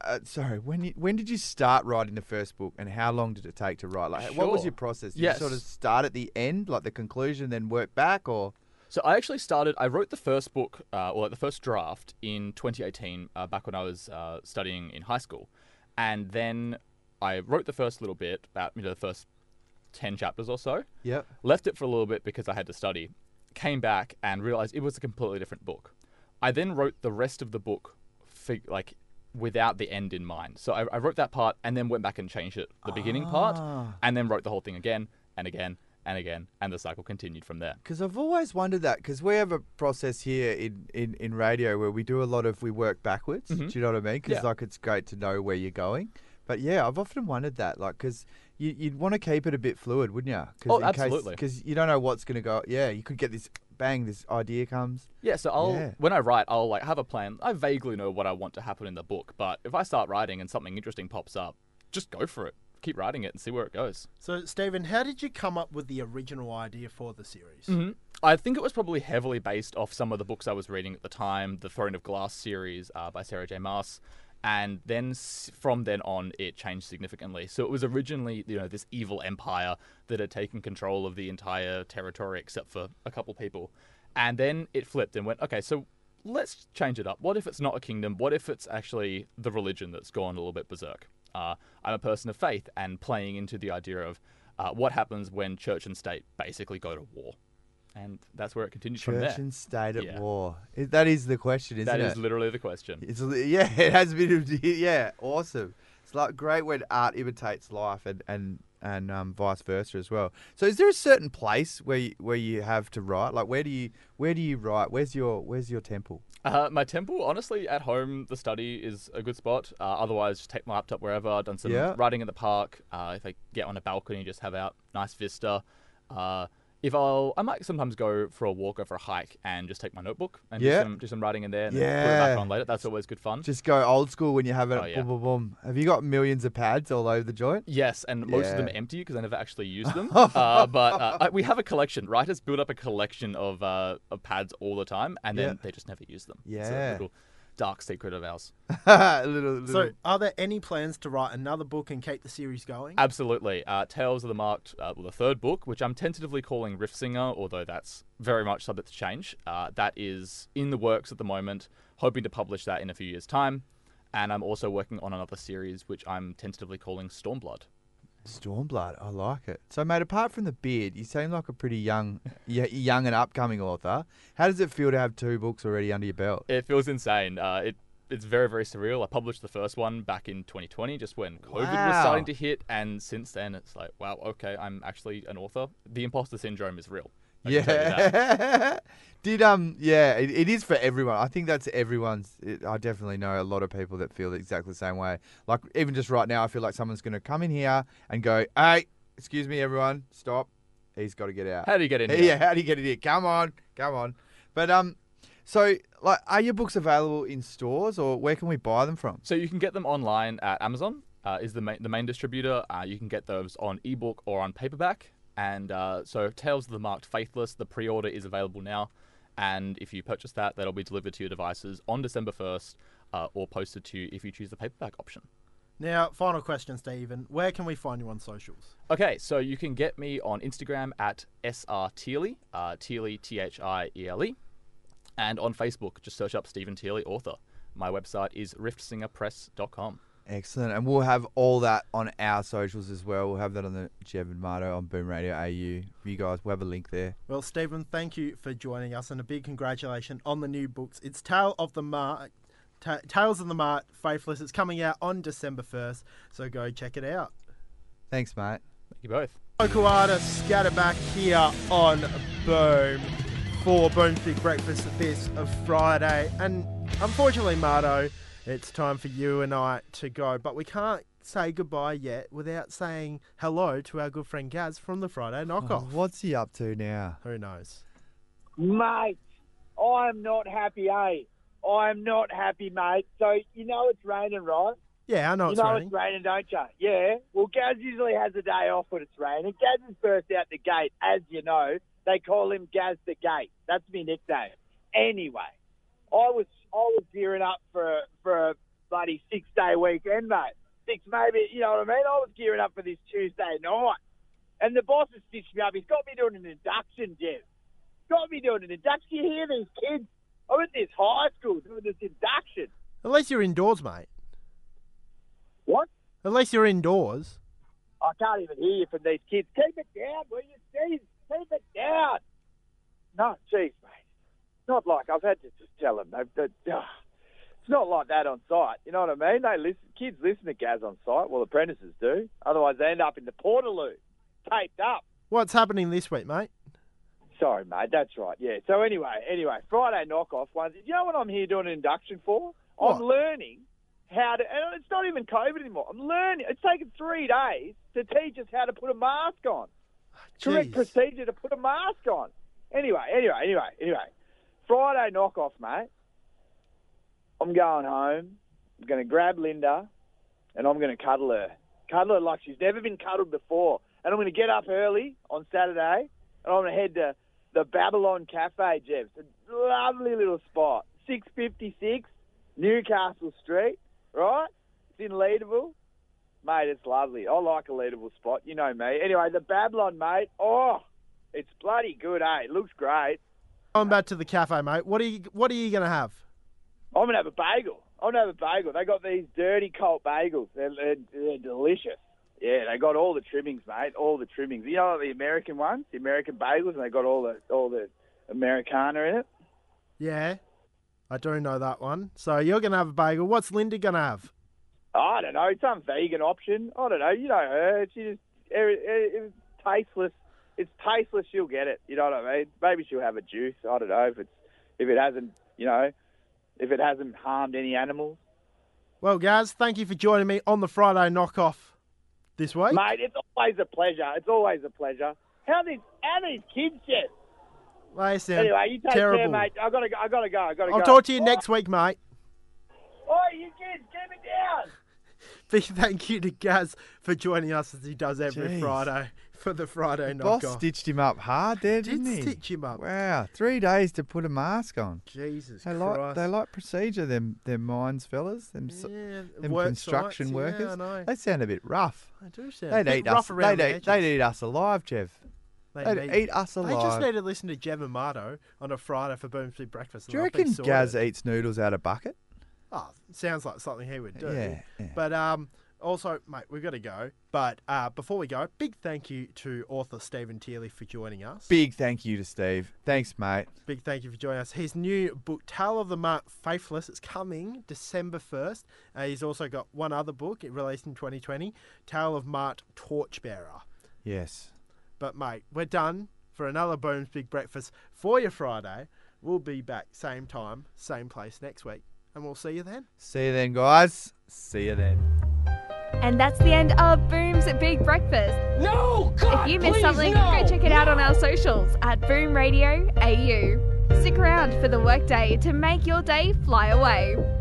S3: uh, sorry when you, when did you start writing the first book, and how long did it take to write? Like, what was
S9: Sure.
S3: your process? Did
S9: Yes.
S3: you sort of start at the end, like the conclusion, then work back, or
S9: So I actually started. I wrote the first book, uh, or the first draft, in 2018, uh, back when I was uh, studying in high school, and then I wrote the first little bit, about you know the first ten chapters or so.
S3: Yep.
S9: Left it for a little bit because I had to study. Came back and realized it was a completely different book. I then wrote the rest of the book, fig- like without the end in mind. So I, I wrote that part and then went back and changed it, the beginning part, and then wrote the whole thing again and again and again, and the cycle continued from there.
S3: Because I've always wondered that. Because we have a process here in, in, in radio where we do a lot of we work backwards. Do you know what I mean? Because
S9: Mm-hmm. Yeah.
S3: like it's great to know where you're going. But yeah, I've often wondered that. Like, because you, you'd want to keep it a bit fluid, wouldn't you?
S9: Oh, absolutely.
S3: Because you don't know what's going to go. Yeah, you could get this bang. This idea comes.
S9: Yeah, so I'll
S3: Yeah.
S9: when I write, I'll like have a plan. I vaguely know what I want to happen in the book, but if I start writing and something interesting pops up, just go for it. Keep writing it and see where it goes.
S2: So, Stephen, how did you come up with the original idea for the series?
S9: I think it was probably heavily based off some of the books I was reading at the time, the Throne of Glass series uh, by Sarah J. Maas, and then s- from then on it changed significantly. So it was originally you know this evil empire that had taken control of the entire territory except for a couple people, and then it flipped and went okay, so let's change it up. What if it's not a kingdom? What if it's actually the religion that's gone a little bit berserk? Uh, I'm a person of faith, and playing into the idea of uh, what happens when church and state basically go to war and that's where it continues from
S3: Church
S9: there.
S3: and state at
S9: Yeah.
S3: war. It, that is the question, isn't
S9: That
S3: it?
S9: is literally the question.
S3: It's li- yeah, it has been yeah, awesome. It's like great when art imitates life and and and um, vice versa as well. So is there a certain place where you, where you have to write? Like where do you where do you write? Where's your where's your temple?
S9: Uh, my temple, honestly, at home, the study is a good spot. Uh, otherwise, just take my laptop wherever. I've done some
S3: Yeah.
S9: writing in the park. Uh, if I get on a balcony, just have out nice vista. Uh, if I'll, I might sometimes go for a walk or for a hike and just take my notebook and
S3: Yeah.
S9: do, some, do some writing in there and then put it
S3: Yeah.
S9: back on later. That's always good fun.
S3: Just go old school when you have it.
S9: Oh, yeah.
S3: Boom, boom, boom. Have you got millions of pads all over the joint?
S9: Yes, and most of them
S3: Yeah.
S9: are empty because I never actually used them. uh, but uh, I, we have a collection. Writers build up a collection of, uh, of pads all the time, and then
S3: Yeah.
S9: they just never use them. It's
S3: Yeah.
S9: a little dark secret of ours.
S3: little, little.
S2: So, are there any plans to write another book and keep the series going?
S9: Absolutely. Uh, Tales of the Marked, uh, well, the third book, which I'm tentatively calling Rift Singer, although that's very much subject to change. Uh, that is in the works at the moment, hoping to publish that in a few years' time. And I'm also working on another series, which I'm tentatively calling Stormblood.
S3: Stormblood, I like it. So, mate, apart from the beard, you seem like a pretty young, y- young and upcoming author. How does it feel to have two books already under your belt?
S9: It feels insane. Uh, it it's very very surreal. I published the first one back in 2020, just when COVID was
S3: Wow.
S9: starting to hit, and since then it's like, wow, okay, I'm actually an author. The imposter syndrome is real. I can tell you that.
S3: Did um yeah, it, it is for everyone. I think that's everyone's. It, I definitely know a lot of people that feel exactly the same way. Like even just right now, I feel like someone's going to come in here and go, "Hey, excuse me, everyone, stop. He's got to get out.
S9: How do you get in
S3: Yeah,
S9: here?
S3: how do you get in here? Come on, come on." But um, so like, are your books available in stores or where can we buy them from?
S9: So you can get them online at Amazon. Uh, is the main the main distributor. Uh, you can get those on ebook or on paperback. And uh, so Tales of the Marked Faithless, the pre-order is available now. And if you purchase that, that'll be delivered to your devices on December first, uh, or posted to you if you choose the paperback option.
S2: Now, final question, Stephen. Where can we find you on socials?
S9: Okay, so you can get me on Instagram at srteely, uh, Teely, T H I E L E, and on Facebook, just search up Stephen Teely, author. My website is riftsingerpress.com.
S3: Excellent. And we'll have all that on our socials as well. We'll have that on the Jev and Marto on Boom Radio AU. You guys, we'll have a link there.
S2: Well, Stephen, thank you for joining us, and a big congratulations on the new books. It's Tale of the Mart, Ta- Tales of the Mart, Faithless. It's coming out on December first, so go check it out.
S3: Thanks, mate.
S9: Thank you both.
S2: Local artist Scatterback here on Boom for Boom's Big Breakfast this Friday. And unfortunately, Mardo, it's time for you and I to go. But we can't say goodbye yet without saying hello to our good friend Gaz from the Friday Knockoff.
S3: What's he up to now?
S2: Who knows?
S10: Mate, I'm not happy, eh? I'm not happy, mate. So, you know it's raining, right?
S2: Yeah, I know
S10: you
S2: it's
S10: know
S2: raining.
S10: it's raining, don't you? Yeah. Well, Gaz usually has a day off when it's raining. Gaz is first out the gate, as you know. They call him Gaz the Gate. That's my nickname. Anyway, I was I was gearing up for for a bloody six day weekend, mate. Six maybe, you know what I mean? I was gearing up for this Tuesday night, and the boss has stitched me up. He's got me doing an induction, Dev. Got me doing an induction. You hear these kids? I'm at this high school doing this induction.
S2: At least you're indoors, mate.
S10: What?
S2: At least you're indoors.
S10: I can't even hear you from these kids. Keep it down, will you? Jeez, keep it down. No, jeez, mate. Not like I've had to just tell them. They've, they ah. it's not like that on site. You know what I mean? They listen. Kids listen to Gaz on site. Well, apprentices do. Otherwise, they end up in the portaloo, taped up.
S2: What's happening this week, mate?
S10: Sorry, mate. That's right. Yeah. So anyway, anyway, Friday knockoff ones. You know what I'm here doing an induction for?
S2: What?
S10: I'm learning how to. And it's not even COVID anymore. I'm learning. It's taken three days to teach us how to put a mask on. Correct
S2: Jeez.
S10: procedure to put a mask on. Anyway, anyway, anyway, anyway. Friday knockoff, mate. I'm going home. I'm going to grab Linda, and I'm going to cuddle her. Cuddle her like she's never been cuddled before. And I'm going to get up early on Saturday, and I'm going to head to the Babylon Cafe, Jeff. It's a lovely little spot. 656 Newcastle Street, right? It's in Leadable. Mate, it's lovely. I like a leadable spot. You know me. Anyway, the Babylon, mate. Oh, it's bloody good, eh? It looks great.
S2: Going back to the cafe, mate. What are you? What are you going to have?
S10: I'm gonna have a bagel. I'm gonna have a bagel. They got these dirty cult bagels. They're, they're, they're delicious. Yeah, they got all the trimmings, mate. All the trimmings. You know the American ones, the American bagels, and they got all the all the Americana in it.
S2: Yeah, I do know that one. So you're going to have a bagel. What's Linda going to have?
S10: I don't know, some vegan option. I don't know. You know her. She just it, it, it's tasteless. It's tasteless. She'll get it. You know what I mean? Maybe she'll have a juice. I don't know if it's if it hasn't you know if it hasn't harmed any animals.
S2: Well, guys, thank you for joining me on the Friday knockoff this week.
S10: Mate, it's always a pleasure. It's always a pleasure. How these how these kids just
S2: They sound
S10: anyway. You take
S2: terrible.
S10: care, mate. I gotta go. I gotta go. I gotta
S2: I'll
S10: go.
S2: talk to you next week, mate.
S10: Oh, you kids, keep it down.
S2: Big thank you to Gaz for joining us as he does every
S3: Jeez.
S2: Friday for the Friday
S3: Boss
S2: knockoff.
S3: stitched him up hard there,
S2: Did
S3: didn't he?
S2: stitch him up.
S3: Wow, three days to put a mask on.
S2: Jesus
S3: They
S2: Christ.
S3: like they like procedure. Them them mines fellas. Them, s-
S2: Yeah,
S3: them
S2: work
S3: construction
S2: sites, yeah, I
S3: workers.
S2: know.
S3: They sound a bit rough.
S2: They do sound a
S3: They'd
S2: bit
S3: eat us.
S2: rough around
S3: They'd
S2: the
S3: eat, they'd
S2: edges.
S3: eat us alive, Jeff. they'd
S2: need-
S3: eat us
S2: They just
S3: alive.
S2: need to listen to Jeb and Mardo on a Friday for Boom Sleep Breakfast. and
S3: Do you
S2: they'll be
S3: reckon Gaz
S2: sorted.
S3: eats noodles out of bucket?
S2: Oh, sounds like something he would do.
S3: Yeah, yeah.
S2: But um, also, mate, we've got to go. But uh, before we go, big thank you to author Stephen Teely for joining us.
S3: Big thank you to Steve. Thanks, mate.
S2: Big thank you for joining us. His new book, Tale of the Mark Faithless, is coming December 1st. Uh, he's also got one other book it released in 2020, Tale of Mart Torchbearer.
S3: Yes.
S2: But, mate, we're done for another Boom's Big Breakfast for your Friday. We'll be back same time, same place next week, and we'll see you then.
S3: See you then, guys. See you then.
S1: And that's the end of Boom's Big Breakfast.
S11: No,
S1: God, If you missed
S11: please,
S1: something,
S11: no,
S1: go check it out on our socials at Boom Radio AU. Stick around for the workday to make your day fly away.